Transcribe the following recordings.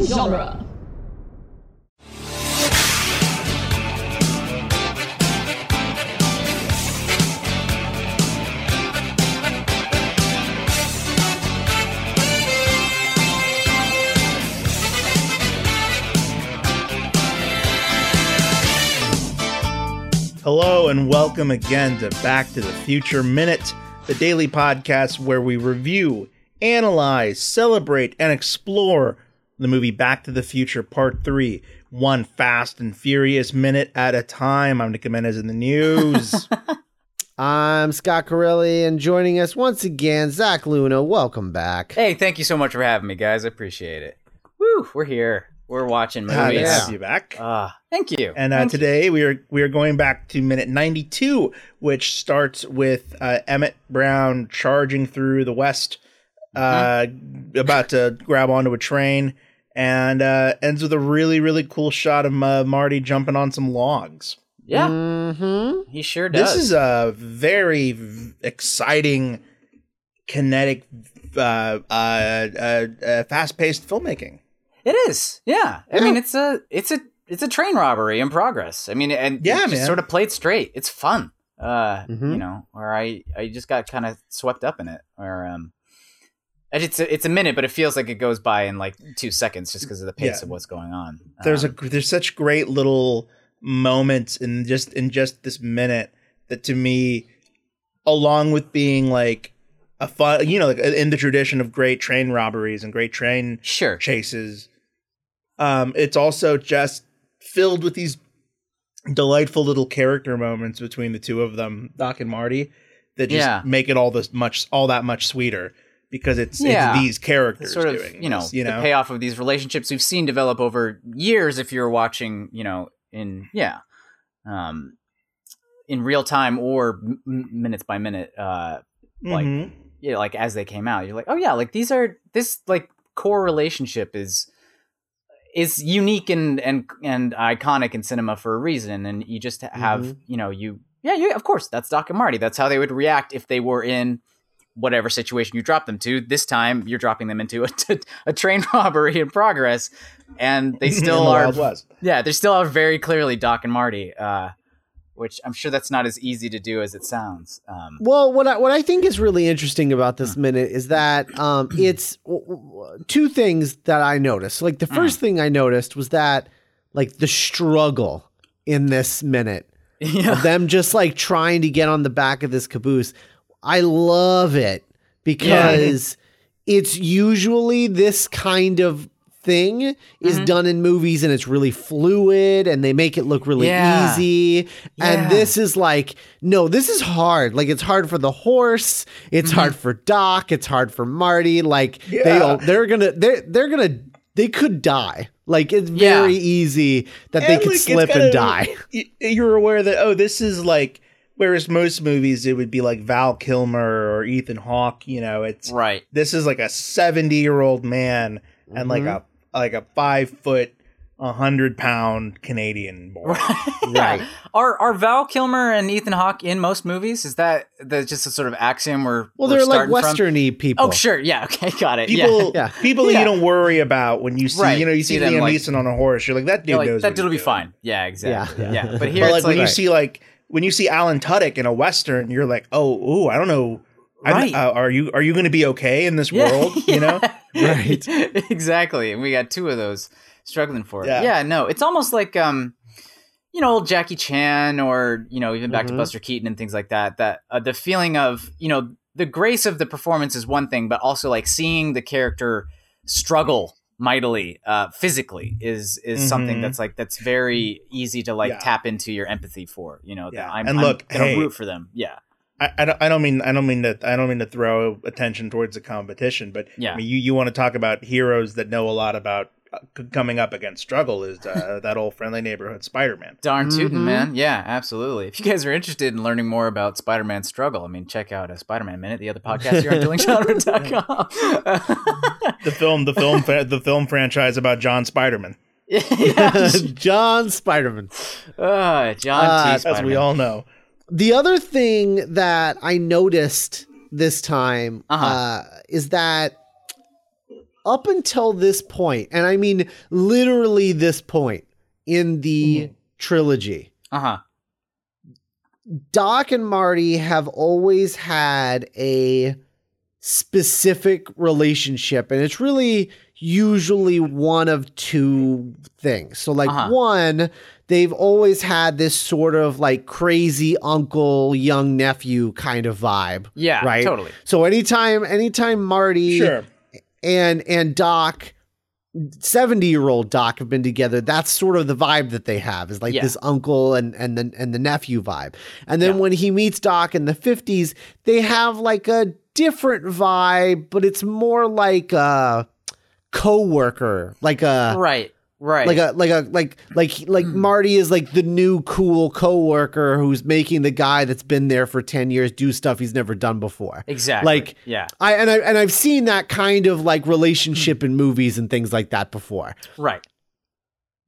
genre. Hello and welcome again to Back to the Future Minute, the daily podcast where we review, analyze, celebrate, and explore the movie Back to the Future Part 3, one fast and furious minute at a time. I'm Nick Jimenez in the news. I'm Scott Corelli, and joining us once again, Zach Luna. Welcome back. Hey, thank you so much for having me, guys. I appreciate it. Woo, we're here. We're watching Glad to movies. have you back. Ah, thank you. And uh, today we are we are going back to minute 92, which starts with uh, Emmett Brown charging through the West, uh, Mm-hmm. about to grab onto a train, and uh, ends with a really really cool shot of uh, Marty jumping on some logs. yeah, Mm-hmm. he sure does. This is a very v- exciting, kinetic, uh, uh, uh, uh, fast paced filmmaking. it is. Yeah. I mean, it's a it's a it's a train robbery in progress. I mean, and Yeah, it's man. Mm-hmm. just sort of played straight. It's fun. Uh, Mhm. you know, or I I just got kind of swept up in it. Or um, and it's a, it's a minute, but it feels like it goes by in like two seconds just because of the pace Yeah. of what's going on. there's a Um, there's such great little moments in just in just this minute that to me along with being like a fun you know like uh, in the tradition of great train robberies and great train sure. chases um it's also just filled with these delightful little character moments between the two of them doc and marty that just Yeah. make it all this much all that much sweeter because it's Yeah. it's these characters sort of doing you know this, you know the payoff of these relationships we've seen develop over years if you're watching you know in yeah um in real time or m- m- minutes by minute uh like- Mhm. you know, like as they came out you're like oh yeah like these are this like core relationship is is unique and and and iconic in cinema for a reason and you just have Mm-hmm. Mhm. you know you yeah you of course that's doc and marty that's how they would react if they were in whatever situation you drop them to this time you're dropping them into a, a train robbery in progress and they In still the are Wild West. yeah they still are very clearly doc and marty uh which i'm sure that's not as easy to do as it sounds um Well, what I, what I think is really interesting about this minute is that um, it's w- w- two things that I noticed. Like the Mm. first thing I noticed was that like the struggle in this minute yeah of them just like trying to get on the back of this caboose. I love it because it's usually this kind of thing is Mhm. done in movies and it's really fluid and they make it look really Yeah. easy. Yeah. And this is like, no, this is hard. Like it's hard for the horse, it's Mm-hmm. hard for Doc, it's hard for Marty. Like they Yeah. all they're gonna they're they're gonna they could die. Like it's Yeah. very easy that they And, could like, it's slip kinda- and die. y- You're aware that oh, this is like whereas most movies it would be like Val Kilmer or Ethan Hawke. You know, it's right this is like a 70 year old man and like a Mm-hmm. like a five foot, a hundred pound Canadian boy. right. Are are Val Kilmer and Ethan Hawke in most movies? Is that that's just a sort of axiom we're we're Well, they're like starting from? westerny people. Oh sure, yeah, okay, got it. yeah. People, Yeah. people Yeah. you don't worry about when you see, Right. you know, you See see, them, Liam like- Neeson on a horse. You're like, that dude You're like, knows that what dude will be he's doing." fine. Yeah, exactly. Yeah. Yeah, but here but like it's like, when you see like when you see Alan Tudyk in a western, you're like, oh, ooh, I don't know. I'm- Right. uh, are you are you going to be okay in this Yeah. world? You know, Right. exactly. And we got two of those struggling for it. Yeah. Yeah. no. It's almost like um you know, old Jackie Chan or, you know, even back Mm-hmm. Mhm. to Buster Keaton and things like that that uh, the feeling of, you know, the grace of the performance is one thing, but also like seeing the character struggle mightily uh physically is is something Mhm. that's like that's very easy to like Yeah. tap into your empathy for you know that Yeah. I'm, And I'm look, gonna hey. root for them yeah I, I don't I don't mean I don't mean to I don't mean to throw attention towards the competition, but Yeah. I mean, you you want to talk about heroes that know a lot about uh, c- coming up against struggle is uh, that old friendly neighborhood Spider Man. Darn tootin', Mm-hmm. Mhm. man. Yeah, absolutely. If you guys are interested in learning more about Spider Man's struggle, I mean, check out a Spider Man Minute, the other podcast here on duelinggenre.com. The film the film fa- the film franchise about John Spiderman, yeah. John Spiderman. Uh, John Uh, T. as as Spider we all know. The other thing that I noticed this time uh Uh-huh. is that up until this point, and I mean literally this point in the Mm-hmm. trilogy, Uh huh. Doc and Marty have always had a specific relationship, and it's really usually one of two things. So, like, Uh-huh. one, they've always had this sort of like crazy uncle, young nephew kind of vibe. Yeah. Right. Totally. So, anytime, anytime Marty Sure. and and Doc, seventy year old Doc have been together. That's sort of the vibe that they have is like Yeah. this uncle and and the and the nephew vibe. And then Yeah. when he meets Doc in the fifties, they have like a different vibe, but it's more like a coworker, like Uh, a Right. Right. Hmm. like a like a like like like Marty is like the new cool coworker who's making the guy that's been there for 10 years do stuff he's never done before. exactly. like- yeah. I and I and I've seen that kind of like relationship in movies and things like that before. Right.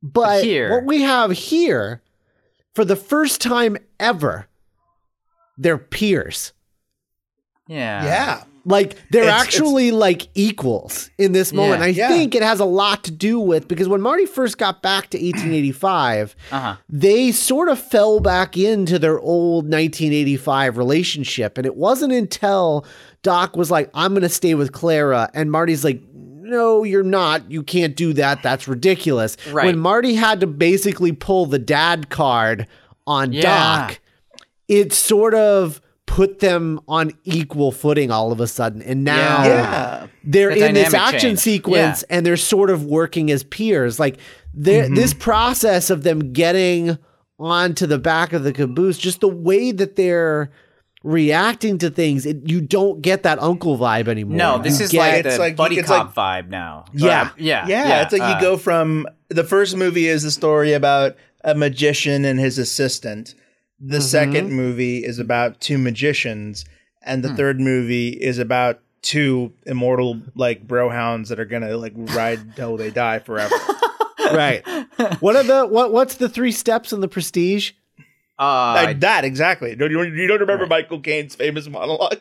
But Here- what we have here for the first time ever they're peers. Yeah. yeah. Like they're It's- it's- actually like equals in this moment. Yeah, I yeah. think it has a lot to do with because when Marty first got back to 1885, Uh-huh. Uh huh. they sort of fell back into their old 1985 relationship. And it wasn't until Doc was like, I'm going to stay with Clara. And Marty's like, no, you're not. You can't do that. That's ridiculous. Right. When Marty had to basically pull the dad card on Yeah. Doc, it sort of put them on equal footing all of a sudden. And now Yeah. they're The in this dynamic action change. sequence and they're sort of working as peers. Like they're- this process of them getting onto the back of the caboose, just the way that they're reacting to things, it, you don't get that uncle vibe anymore. No, this You is get- like it's the like- buddy it's cop vibe now. Yeah. Uh, yeah. Yeah, it's like uh, you go from the first movie is the story about a magician and his assistant. The Mm-hmm. second movie is about two magicians, and the Hmm. third movie is about two immortal like brohounds that are gonna like ride till they die forever. right. What are the what? What's the three steps in the Prestige? uh, like that exactly. Don't you, you don't remember Michael Caine's famous monologue?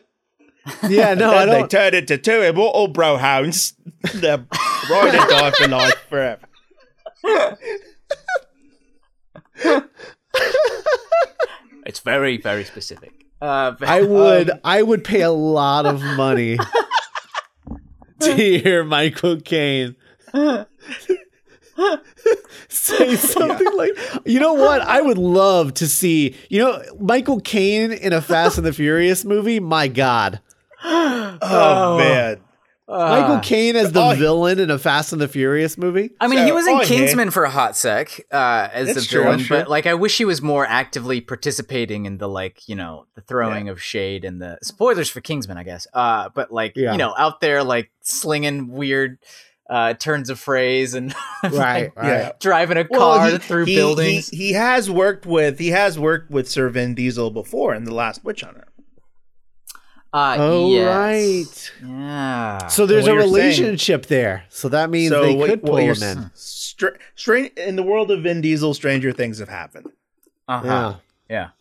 Yeah, no, I Then they don't. turn into two immortal brohounds. They're riding die for life forever. it's very, very specific. Uh, but- I would Um, I would pay a lot of money to hear Michael Caine say something like you know what I would love to see you know Michael Caine in a Fast and the Furious movie my god Oh, man. uh, Michael Caine as the oh, he- villain in a Fast and the Furious movie I mean, he So, was in oh, yeah. Kingsman for a hot sec uh, as That's the true, villain, sure. but like, I wish he was more actively participating in the like, you know, the throwing of shade and the spoilers for Kingsman, I guess. Uh, but like, Yeah. you know, out there like slinging weird uh, turns of phrase and right Yeah. driving a Well, car through buildings. He, he has worked with he has worked with Sir Vin Diesel before in the last Witch Hunter. uh, oh yes. right Yeah. so there's What a you're saying- relationship there so that means they what- could what pull you're him in s- Stra- stra- in the world of Vin Diesel, stranger things have happened. uh-huh. yeah Yeah. it's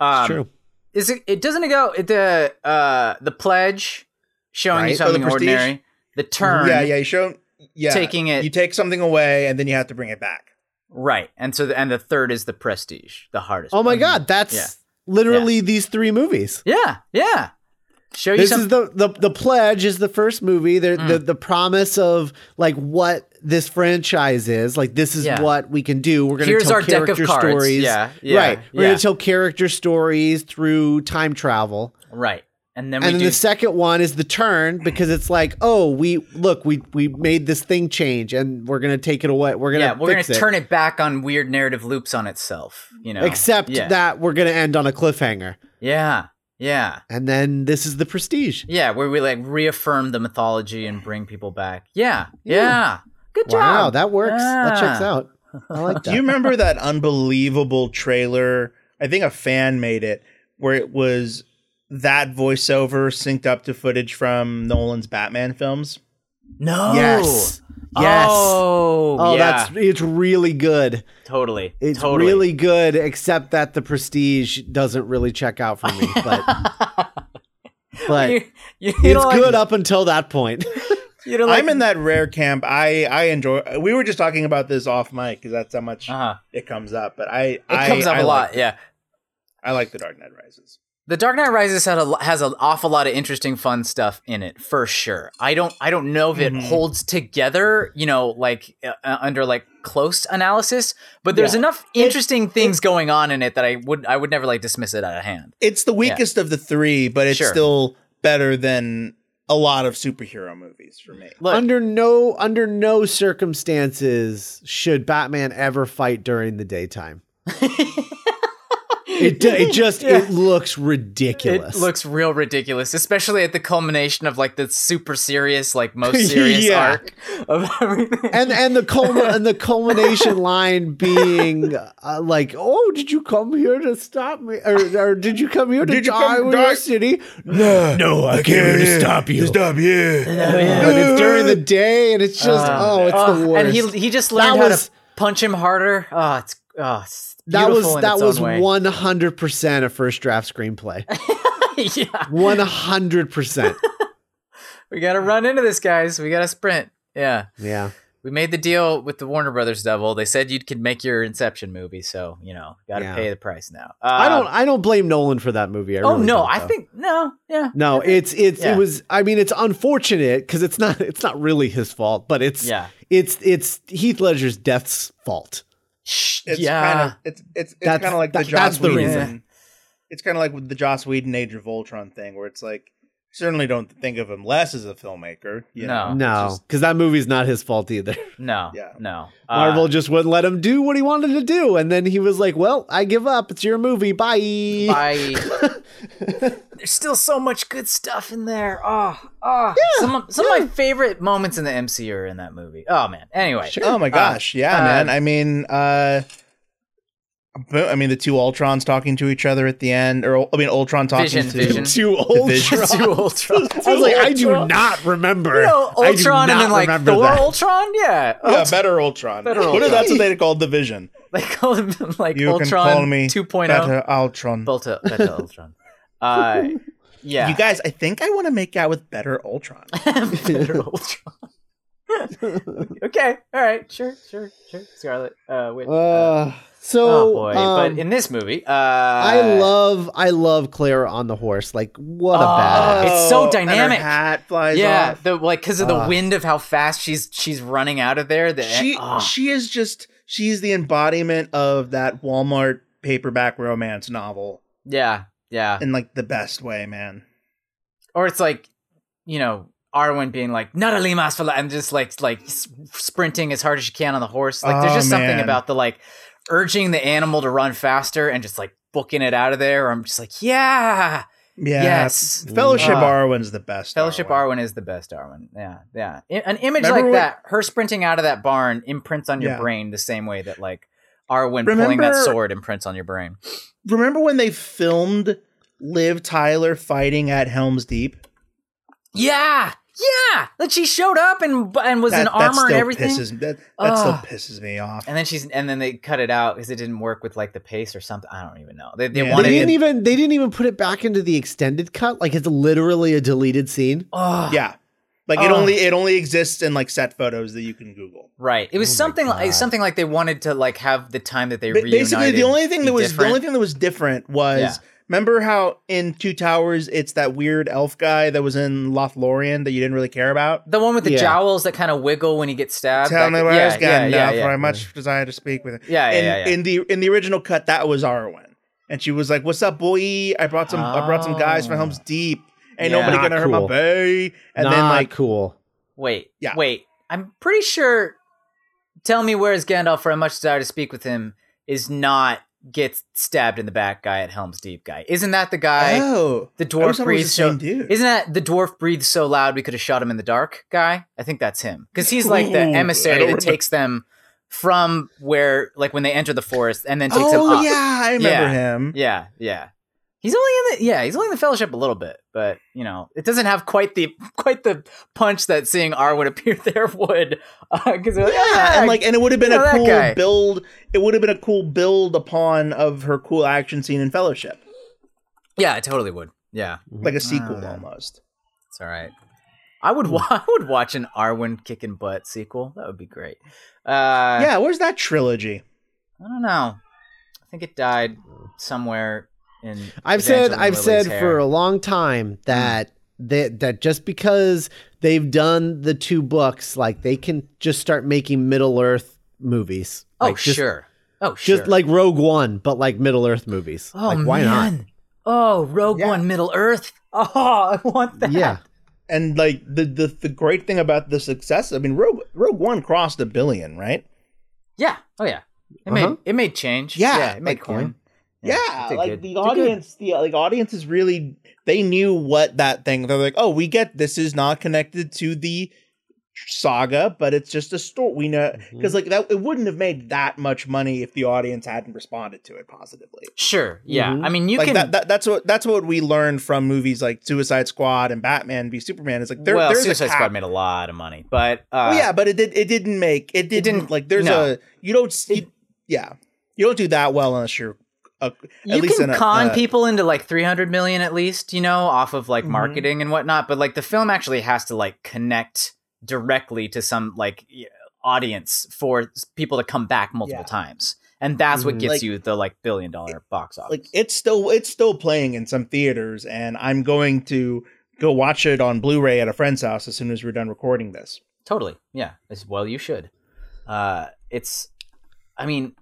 uh, Um, true Is it? It doesn't it go it, the uh the pledge showing you Right. Oh, the something prestige? Mm-hmm. ordinary. The turn. Yeah, yeah. You show yeah Taking it- You take something away and then you have to bring it back. Right. And so the, and the third is the prestige, the hardest. oh my one. god that's Yeah. literally these three movies Yeah. Yeah. Show you this some Hmm. is the, the the pledge is the first movie the, the the promise of like what this franchise is like this is Yeah. what we can do we're going to Here's tell our deck of character cards. stories Yeah, yeah, right we're yeah. going to tell character stories through time travel right. And then and we then do the second one is the turn because it's like oh we look we we made this thing change and we're going to take it away we're going to Yeah, we're going fix to turn it back on weird narrative loops on itself, you know. except yeah. that we're going to end on a cliffhanger Yeah. Yeah. and then this is the prestige Yeah, where we like reaffirm the mythology and bring people back. Yeah. Yeah. Good job. wow that works that checks Yeah. out i like that Do you remember that unbelievable trailer? I think a fan made it where it was that voiceover synced up to footage from Nolan's Batman films. No. Yes. Yes. Oh, Oh, yeah. that's it's really good. totally. It's totally. really good, except that the prestige doesn't really check out for me. But but You- you it's don't like- good up until that point. You know, I'm in that rare camp. I I enjoy. We were just talking about this off mic because that's how much Uh-huh. it comes up. But I It I, comes up I a lot. Like, yeah. I like the Dark Knight Rises. The Dark Knight Rises had a, has an awful lot of interesting, fun stuff in it for sure. I don't I don't know if it Mhm. holds together, you know, like uh, uh, under like close analysis, but there's Yeah. enough interesting things going on in it that I would I would never like dismiss it out of hand. It's the weakest of the three, but it's Sure. still better than a lot of superhero movies for me. Look, under no under no circumstances should Batman ever fight during the daytime. it, do- it just it looks ridiculous. It looks real ridiculous, especially at the culmination of like the super serious, like most serious Yeah. arc of everything. and and the culmin- and the culmination line being uh, like, "Oh, did you come here to stop me, or, or did you come here to Did you die come with die- your city?" No, no, I came here to stop you. Stop And it's during the day, and it's just oh, it's Oh, the worst. And he he just learned That how was- to punch him harder. Oh, it's oh, it's that beautiful was in that its own was way. one hundred percent a first draft screenplay. yeah, One hundred percent. we gotta run into this, guys. We gotta sprint. Yeah, Yeah. we made the deal with the Warner Brothers devil. They said you could make your Inception movie, so you know, gotta Yeah. pay the price now. Uh, I don't I don't blame Nolan for that movie. I oh really no, don't, I though. think no. Yeah, no, it's it's Yeah. it was I mean it's unfortunate cuz it's not it's not really his fault, but it's yeah. it's it's Heath Ledger's death's fault. Shh, It's yeah. kind of it's it's it's That's- kind of like the that- Joss that's the Whedon. reason. It's kind of like with the Joss Whedon Age of Ultron thing, where it's like certainly don't think of him less as a filmmaker. You No. know? Oh, no, it's just- cuz that movie's not his fault either. no, Yeah. no. Uh, Marvel just wouldn't let him do what he wanted to do and then he was like, "Well, I give up. It's your movie. Bye." I there's still so much good stuff in there. Oh, oh. some of, some of my favorite moments in the MCU are in that movie. Oh man. Anyway, Oh my gosh, yeah, uh, man. I mean, uh, bo- I mean the two Ultrons talking to each other at the end, or I mean Ultron talking Vision, to Vision. Too old. Vision. It's too Ultron. I was like, I do Ultron. not remember. You know, I do Ultron and not then like remember Thor that. Ultron. Yeah. Yeah, better Ultron. Better What Ultron. if that's what they called the Vision? They call him like You Ultron can call me 2.0. better Ultron. Better, better Ultron. Uh, yeah. You guys, I think I want to make out with better Ultron. Better Ultron. okay. All right. Sure. Sure. Sure. Scarlet. Uh, wait. Uh, so oh boy. um, but in this movie, uh, I I love I love Clara on the horse. Like what a Oh, badass. It's so and her dynamic. hat flies Yeah, off. the like because of the Ah. wind of how fast she's she's running out of there. The, she ah. she is just she's the embodiment of that Walmart paperback romance novel yeah, yeah. in like the best way, man. Or it's like, you know, Arwen being like, "Not a mas for la-" and just like like s- sprinting as hard as she can on the horse. Like there's Oh, just something man. about the like urging the animal to run faster and just like booking it out of there. I'm just like, yeah, Yeah. yes. Fellowship Ah. Arwen's the best. Fellowship Arwen. Arwen is the best Arwen. Yeah, yeah. I- an image Remember like when- that, her sprinting out of that barn, imprints on your Yeah. brain the same way that like Arwen pulling that Remember- sword imprints on your brain. Remember when they filmed Liv Tyler fighting at Helm's Deep? Yeah, yeah. Like she showed up and and was in That- that armor and still everything. Pisses, that that Ah. still pisses me off. And then she's and then they cut it out because it didn't work with like the pace or something. I don't even know. They they Yeah. They wanted didn't it. even they didn't even put it back into the extended cut. Like it's literally a deleted scene. Oh, Yeah. Like it Ah. only it only exists in like set photos that you can Google. right. It was Oh my something like God. something like they wanted to like have the time that they Ba- reunited. basically the only thing be that was the different. only thing that was different was Yeah. remember how in Two Towers it's that weird elf guy that was in Lothlorien that you didn't really care about? the one with the Yeah. jowls that kind of wiggle when he gets stabbed. Tell that- me where yeah, it's gone yeah, now, yeah, for I yeah. much desire to speak with him. Yeah, yeah, in, yeah, yeah. in the in the original cut, that was Arwen. And she was like, What's up, boy? I brought some I brought some guys from Helm's Deep. Ain't Oh. Yeah. nobody Not gonna hurt my cool. bay. And Not then like cool. Wait, Yeah. wait. I'm pretty sure. Tell me where is Gandalf? For I much desire to speak with him. Is not get stabbed in the back guy at Helm's Deep guy. Isn't that the guy? Oh. the dwarf I always thought it was the breathes so. same dude. Isn't that the dwarf breathes so loud we could have shot him in the dark guy? I think that's him because he's like the Ooh, I emissary that don't remember. takes them from where, like when they enter the forest, and then takes them Oh up. yeah, I remember Yeah. him. yeah, yeah. He's only in the yeah, he's only in the fellowship a little bit, but you know it doesn't have quite the quite the punch that seeing R would appear there would because like, Yeah, "Ah, and like, and it would have been you know a that cool guy." build. It would have been a cool build upon of her cool action scene in Fellowship, yeah, it totally would. Yeah, like a sequel Ah. almost. it's all right. I would wa- I would watch an Arwen kicking butt sequel. That would be great. Uh, yeah, where's that trilogy? I don't know. I think it died somewhere in. I've said Evangeline I've Lilly's said hair. for a long time that that that just because they've done the two books, like they can just start making Middle Earth movies. oh Like, just, sure, oh sure, Just like Rogue One, but like Middle Earth movies. oh like why not? man. Oh, Rogue Yeah. One, Middle Earth. Oh, I want that. Yeah. And like the, the the great thing about the success, I mean, Rogue Rogue One crossed a billion, right? yeah. Oh yeah. It Uh-huh. made it made change. Yeah, it made like, coin. Yeah, it did like good. It the did good. audience, the like audience is really they knew what that thing. They're like, oh, we get this is not connected to the saga, but it's just a story. We know Mm-hmm. because like that it wouldn't have made that much money if the audience hadn't responded to it positively. Sure. Yeah. Mhm. I mean, you like can. that, that that's what that's what we learned from movies like Suicide Squad and Batman v Superman. Is like there, well, there's Suicide a cap. Squad made a lot of money, but uh, Oh, Well, yeah, but it did. It didn't make. It didn't. didn't- like. There's no. a. You don't. s- You, yeah, you don't do that well unless you're. A, you at least can in a, con uh, people into like 300 million at least you know off of like Mhm. marketing and whatnot but like the film actually has to like connect directly to some like y- audience for s- people to come back multiple Yeah. Mm-hmm. times and that's what Mhm. gets Like- you the like billion dollar box office like it's still it's still playing in some theaters, and I'm going to go watch it on Blu-ray at a friend's house as soon as we're done recording this. totally yeah as well you should uh it's i mean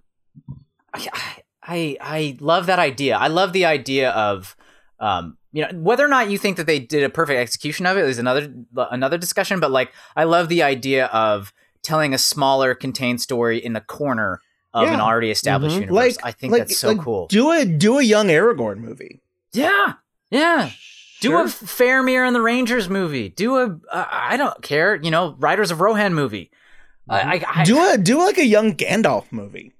I, I i i love that idea i love the idea of um you know whether or not you think that they did a perfect execution of it is another another discussion but like i love the idea of telling a smaller contained story in the corner of an Yeah. Mm-hmm. already established Mhm. universe Like- i think like- that's so like, cool Do a do a young Aragorn movie. yeah yeah do a Sure. Faramir and the Rangers movie. Do a uh, I don't care, you know, Riders of Rohan movie. I, I, I, do a do like a young Gandalf movie.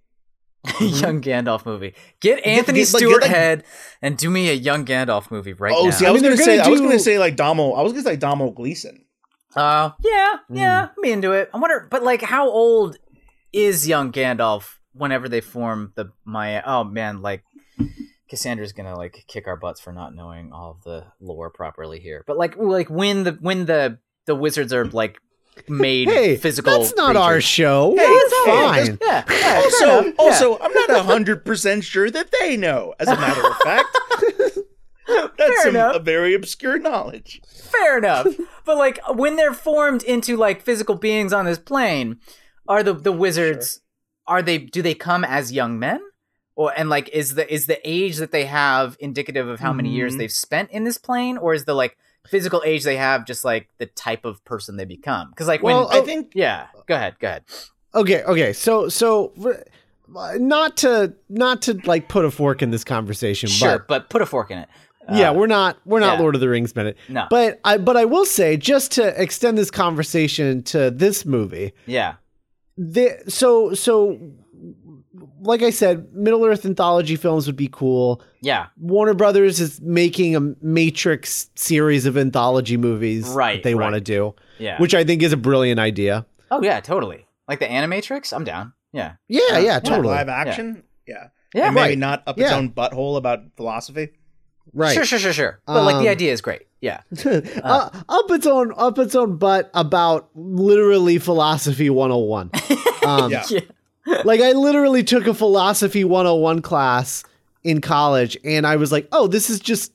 young Gandalf movie. Get Anthony get, like, get, Stewart like- Head and do me a young Gandalf movie right oh, now. see, I I, was mean, gonna, they're say gonna I was do- gonna say like Domo. I was gonna say Domo Gleason. Uh, yeah, yeah, I'm into it. I wonder, but like, how old is young Gandalf whenever they form the Maya? Oh man, like Cassandra's gonna like kick our butts for not knowing all of the lore properly here. But like, like when the when the the wizards are like made Hey, physical. that's not our creatures. show. Hey, We're hey, fine. Yeah, yeah, Also, yeah. also, I'm not hundred percent sure that they know. As a matter of fact, Fair that's some, enough. a very obscure knowledge. fair enough. But like when they're formed into like physical beings on this plane, are the the wizards are they do they come as young men? Or and like is the is the age that they have indicative of how many years Mm-hmm. Mhm. they've spent in this plane or is the like physical age they have just like the type of person they become? Cuz like Well, oh, when I think yeah, go ahead, go ahead. Okay, okay. So so r- not to not to like put a fork in this conversation, Sure, but but, put a fork in it. Uh, yeah, we're not we're not yeah. Lord of the Rings minute. No. But I but I will say just to extend this conversation to this movie. yeah. The, so so like I said, Middle Earth anthology films would be cool. Yeah. Warner Brothers is making a Matrix series of anthology movies Right, that they right. want to do, Yeah. which I think is a brilliant idea. oh yeah, totally. Like the Animatrix? I'm down. Yeah. Yeah, yeah, totally. live action. Yeah, Yeah. and maybe Right. not up its Yeah. own butthole about philosophy. Right. Sure, sure, sure, sure. But like the Um, idea is great. Yeah. uh, up its own up its own butt about literally philosophy 101 um, Yeah. yeah. like i literally took a philosophy 101 class in college and i was like oh this is just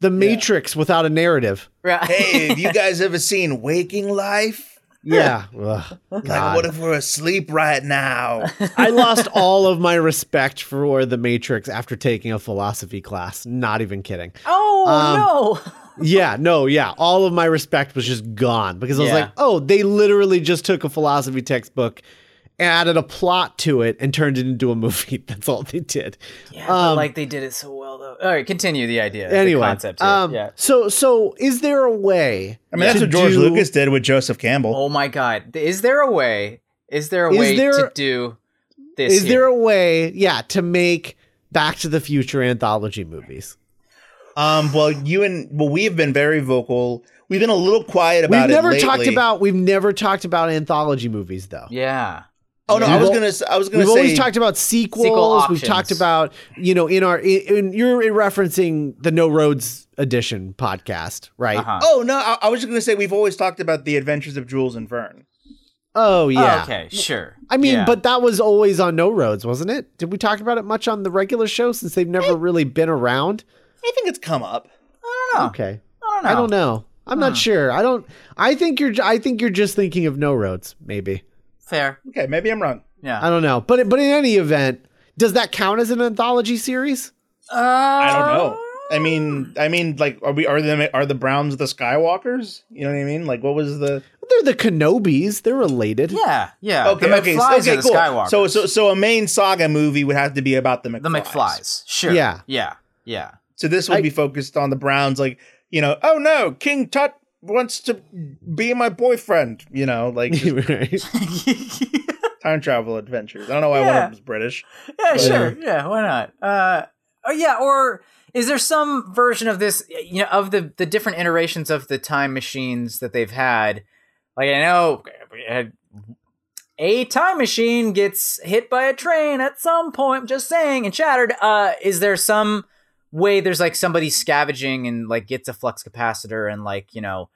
the matrix without a narrative Right. Hey, have you guys ever seen Waking Life? yeah Ugh, Like, God. what if we're asleep right now? i lost all of my respect for the matrix after taking a philosophy class not even kidding um, Oh yeah no yeah all of my respect was just gone because i was Yeah. like oh they literally just took a philosophy textbook added a plot to it and turned it into a movie that's all they did no! Yeah, but, um, like they did it so well though. All right, continue the idea. anyway the concept. here. um yeah. so so is there a way I mean, that's To what George do- Lucas did with Joseph Campbell. Oh my God! Is there a way? Is there a Is way to there- do this? is there here? a way yeah to make back to the future anthology movies Oh. Um, well, you and well, we have been very vocal. We've been a little quiet about we've it. never lately. talked about we've never talked about anthology movies though Yeah. Oh no, We've I was al- gonna. s- I was gonna We've say. always talked about sequels. options. We've talked about you know in our in, in you're referencing the No Roads Edition podcast, right? Uh-huh. oh no, I, I was just gonna say we've always talked about the Adventures of Jules and Verne. Oh yeah. okay, sure. I mean, Yeah. but that was always on No Roads, wasn't it? Did we talk about it much on the regular show since they've never really been around? I think it's come up. I don't know. Okay. I don't know. I don't know. I'm not sure. I don't I think you're I think you're just thinking of No Roads maybe. Fair. Okay, maybe I'm wrong. Yeah. I don't know. But but in any event, does that count as an anthology series? Uh, I don't Oh. know. I mean, I mean, like, are we are the are the Browns the Skywalkers? You know what I mean? Like, what was the They're the Kenobis. They're related. Yeah, yeah. Uh, the so- McFlys are the Skywalkers. So, so, so a main saga movie would have to be about the McFlys. the McFlys. Sure. Yeah. Yeah. Yeah. So this would I- be focused on the Browns, like you know, oh no, King Tut wants to be my boyfriend. You know, like just Right. time travel adventures. I don't know why one Yeah. of them's British. yeah, But- sure. Yeah, why not? Uh, oh, yeah, or is there some version of this, you know, of the, the different iterations of the time machines that they've had? Like, I know uh, a time machine gets hit by a train at some point, just saying, and shattered. Uh, is there some way there's like somebody scavenging and like gets a flux capacitor and like, you know,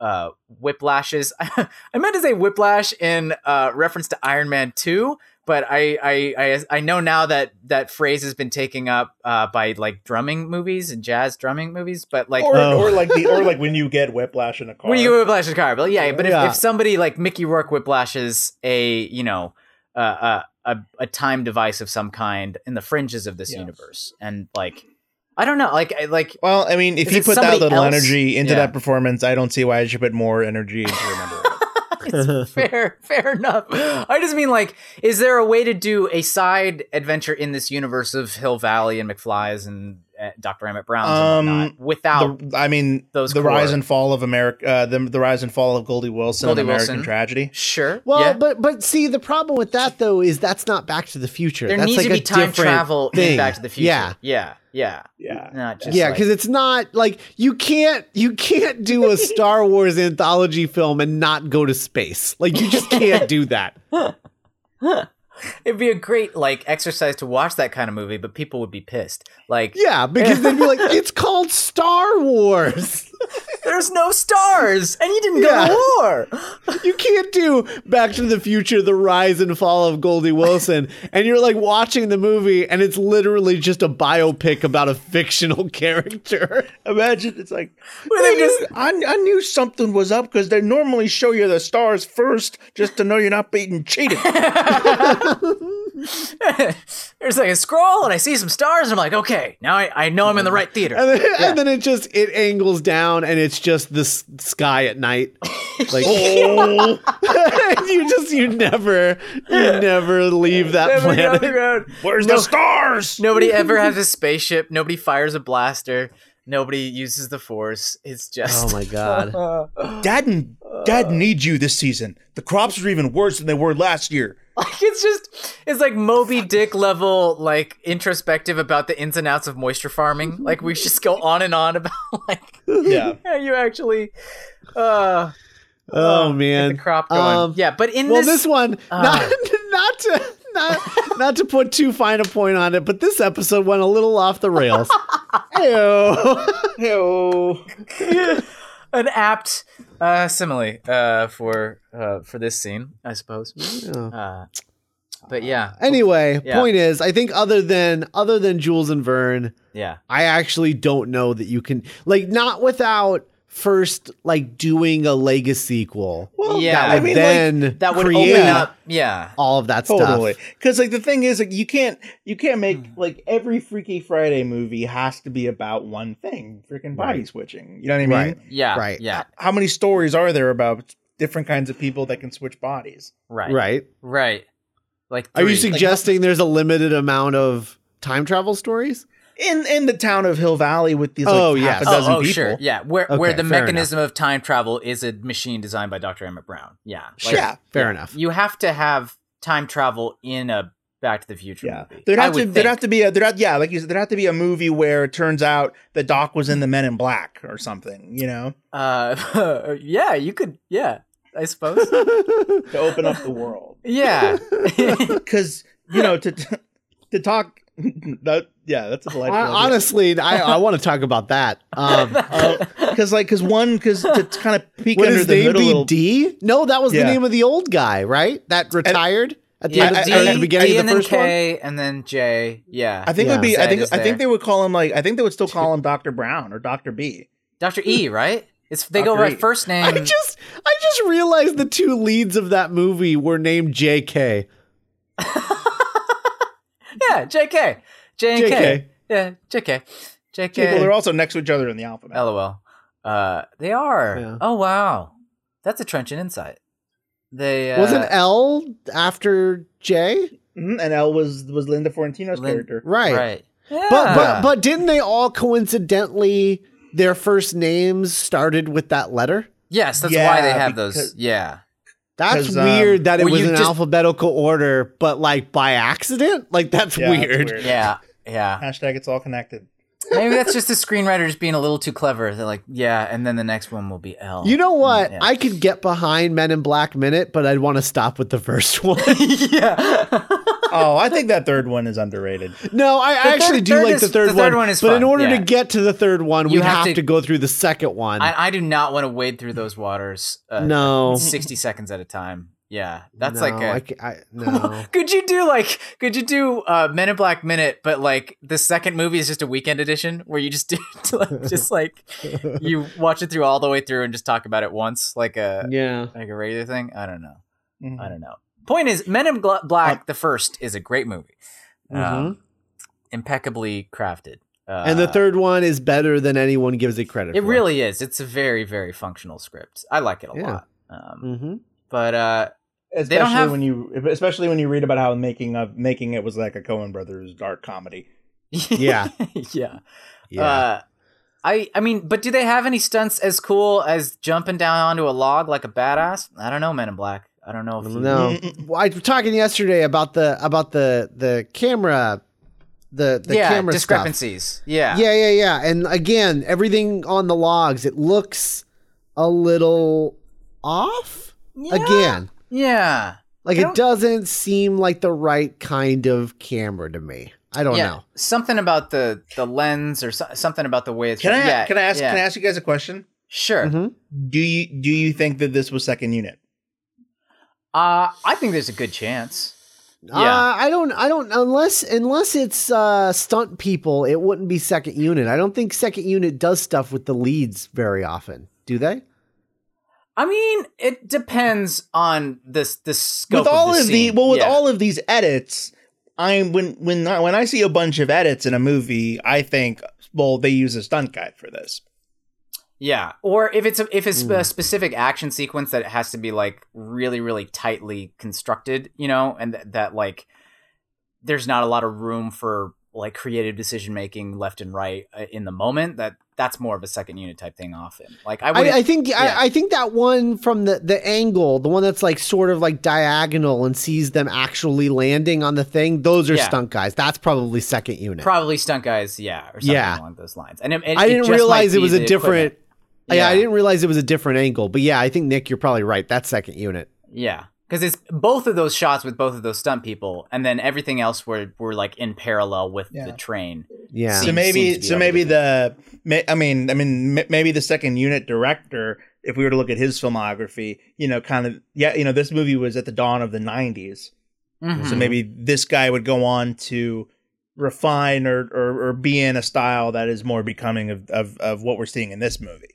uh, whiplashes. I meant to say whiplash in uh, reference to Iron Man 2, but I, I I I know now that that phrase has been taken up uh, by like drumming movies and jazz drumming movies. But like Or, Oh. or like the or like when you get whiplash in a car. when you whiplash a car, but yeah, but if, Yeah. if somebody like Mickey Rourke whiplashes a you know uh, uh, a a time device of some kind in the fringes of this Yeah. universe, and like I don't know, like I- like well, I mean, if Is you it put that somebody little else? energy into Yeah. that performance, I don't see why you should put more energy into remembering. it. it's fair, fair enough. I just mean like, is there a way to do a side adventure in this universe of Hill Valley and McFly's and uh, Dr. Emmett Brown's and Um, whatnot without? The, I mean, Those the core. rise and fall of America, uh, the, the rise and fall of Goldie Wilson, Goldie and American Wilson. tragedy. sure. Well, yeah. but but see, the problem with that though is that's not Back to the Future. there that's needs like to be a time different travel thing. in Back to the Future. Yeah, yeah, yeah. Yeah. Not just yeah, like- because it's not like you can't you can't do a Star Wars anthology film and not go to space. Like you just can't do that. It'd be a great like exercise to watch that kind of movie, but people would be pissed. Like, Yeah, because they'd be like, it's called Star Wars. there's no stars, and you didn't go Yeah. to war. You can't do Back to the Future, the rise and fall of Goldie Wilson, and you're like watching the movie and it's literally just a biopic about a fictional character. Imagine it's like Where they I knew- just- I, I knew something was up because they normally show you the stars first just to know you're not being cheated. There's like a scroll, and I see some stars, and I'm like, okay, now I, I know I'm in the right theater. And then, and then it just it angles down and it's just the s- sky at night. Like oh, you just you never you never leave that Never get off the planet. road. where's the stars? Nobody ever has a spaceship. Nobody fires a blaster. Nobody uses the force. It's just Oh my god. Dad and Dad needs you this season. The crops are even worse than they were last year. like it's just it's like Moby Dick level like introspective about the ins and outs of moisture farming. Like we just go on and on about like Yeah. how you actually uh Oh get the man. crop going. Um, yeah, but in Well, this, uh, this one not not to not not to put too fine a point on it, but this episode went a little off the rails. Ew. Oh, an apt uh, simile uh, for uh, for this scene, I suppose. Uh, but yeah, Anyway, Yeah. point is, I think other than other than Jules and Verne, yeah, I actually don't know that you can like not without first like doing a legacy sequel. well, Yeah. I I mean, like, then that would create open up. Yeah, all of that totally. stuff. Because like the thing is, like, you can't you can't make Hmm. like every Freaky Friday movie has to be about one thing, freaking body switching. You know what I mean? Right. yeah, Right. yeah, How many stories are there about different kinds of people that can switch bodies? right, right, Right? Like, Are you three. suggesting there's a limited amount of time travel stories? in in the town of Hill Valley with these like Oh, half yes. a Oh, dozen oh, people. sure, yeah. Where where the Okay, fair mechanism of time travel is a machine designed by Dr. Emmett Brown. Yeah, like, Sure. Yeah. Fair enough. You have to have time travel in a Back to the Future Yeah, movie. there'd I have to would there'd think. have to be a there'd have, yeah like you said there'd have to be a movie where it turns out the doc was in the Men in Black or something you know Uh, yeah, you could. Yeah, I suppose. to open up the world. Yeah. because you know to to talk. That, yeah, that's a delightful. idea. honestly, I, I want to talk about that. Um, because like because one because to kind of peek what under is the name? middle a Be little. D? No, that was Yeah. the name of the old guy, right? That retired at the, yeah, end of, D, at the beginning D of and the then first one. K and then J. Yeah. I think it Yeah, would be. I Zed think is I there. think they would call him like. I think they would still call him Doctor Brown or Doctor B. Dr. E, right? It's they go Dr. E. right first name. I just I just realized the two leads of that movie were named JK. yeah, JK. J and K. Yeah, JK. Well, they're JK. also next to each other in the alphabet. LOL. Uh, they are. Yeah. Oh wow. That's a trenchant insight. They uh, Wasn't L after J? Mhm, and L was was Linda Fiorentino's Lin- character. Right. right. Yeah. But but but didn't they all coincidentally their first names started with that letter? yes, that's Yeah, why they have because- those. Yeah. That's 'Cause, um, weird that it well, was you in just- alphabetical order, but like by accident. Like that's Yeah, that's weird. Yeah. Yeah. Hashtag it's all connected. Maybe that's just the screenwriter just being a little too clever. They're like, yeah, and then the next one will be L. You know what? Yeah. I could get behind Men in Black Minute, but I'd want to stop with the first one. yeah. Oh, I think that third one is underrated. no, I, I third- actually do third like is- the third the one. third one is but in fun, order yeah. to get to the third one, You we have have, to- to go through the second one. I, I do not want to wade through those waters uh, no, 60 seconds at a time. Yeah. That's No, like a. I ca- I- no. could you do like could you do uh men in black minute but like the second movie is just a weekend edition where you just do like, just like you watch it through all the way through and just talk about it once like a yeah. like a regular thing i don't know Mhm. Mm. i don't know point is men in Gla- black Um, the first is a great movie um, Mhm. impeccably crafted uh, and the third one is better than anyone gives it credit. it for. really is it's a very very functional script i like it a Yeah. lot um, Mhm. but uh Especially don't have- when you, especially when you read about how the making of making it was like a Coen Brothers dark comedy. Yeah. yeah Yeah. Uh, I I mean, but do they have any stunts as cool as jumping down onto a log like a badass? I don't know, Men in Black. I don't know if you- no. Mm-mm. Well, I was talking yesterday about the about the the camera, the the yeah, camera stuff. discrepancies. Yeah, yeah, yeah, yeah. And again, everything on the logs, it looks a little off yeah, again. yeah. Like I it don't- doesn't seem like the right kind of camera to me. I don't yeah. know. Something about the the lens or so, something about the way it's. Can I yeah, can I ask yeah. can I ask you guys a question? Sure. Mhm. Do you do you think that this was second unit? Uh, I think there's a good chance. Yeah. Uh, I don't. I don't. Unless unless it's uh, stunt people, it wouldn't be second unit. I don't think second unit does stuff with the leads very often. Do they? I mean, it depends on this the scope with all of of, the, the scene. well with Yeah. all of these edits i'm when when I, when i see a bunch of edits in a movie i think well they use a stunt guy for this Yeah, or if it's a, if it's a Mm. specific action sequence that has to be like really really tightly constructed, you know, and th- that like there's not a lot of room for like creative decision making left and right uh, in the moment. That that's more of a second unit type thing often. Like I would I, I think yeah. I, I think that one from the the angle, the one that's like sort of like diagonal and sees them actually landing on the thing. Those are Yeah. stunt guys. That's probably second unit. probably stunt guys, yeah, or something Yeah. along those lines. And, it- and I it didn't just might realize it be was a the different. equipment. Yeah. I didn't realize it was a different angle. But yeah, I think Nick, you're probably right. That's second unit. Yeah, because it's both of those shots with both of those stunt people, and then everything else were were like in parallel with Yeah. the train. Yeah. so Seems- seems to maybe be so how they maybe do the may, i mean i mean m- maybe the second unit director if we were to look at his filmography you know kind of yeah you know this movie was at the dawn of the 90s Mhm. so maybe this guy would go on to refine or, or or be in a style that is more becoming of of, of what we're seeing in this movie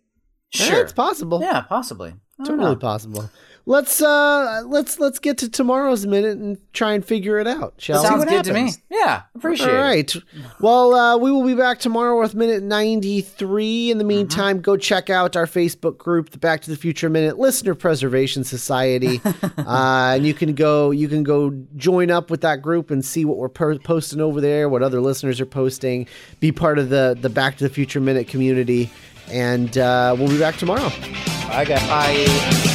Yeah, sure, Eh, it's possible. Yeah, possibly. I don't totally know. possible. Let's uh let's let's get to tomorrow's minute and try and figure it out. Shall we? Sounds good happens. to me. Yeah, appreciate All it. right. Well, uh, we will be back tomorrow with minute 93. In the meantime, go check out our Facebook group, the Back to the Future Minute Listener Preservation Society. uh, and you can go you can go join up with that group and see what we're per- posting over there, what other listeners are posting, be part of the the Back to the Future Minute community, and uh, we'll be back tomorrow. i got Bye.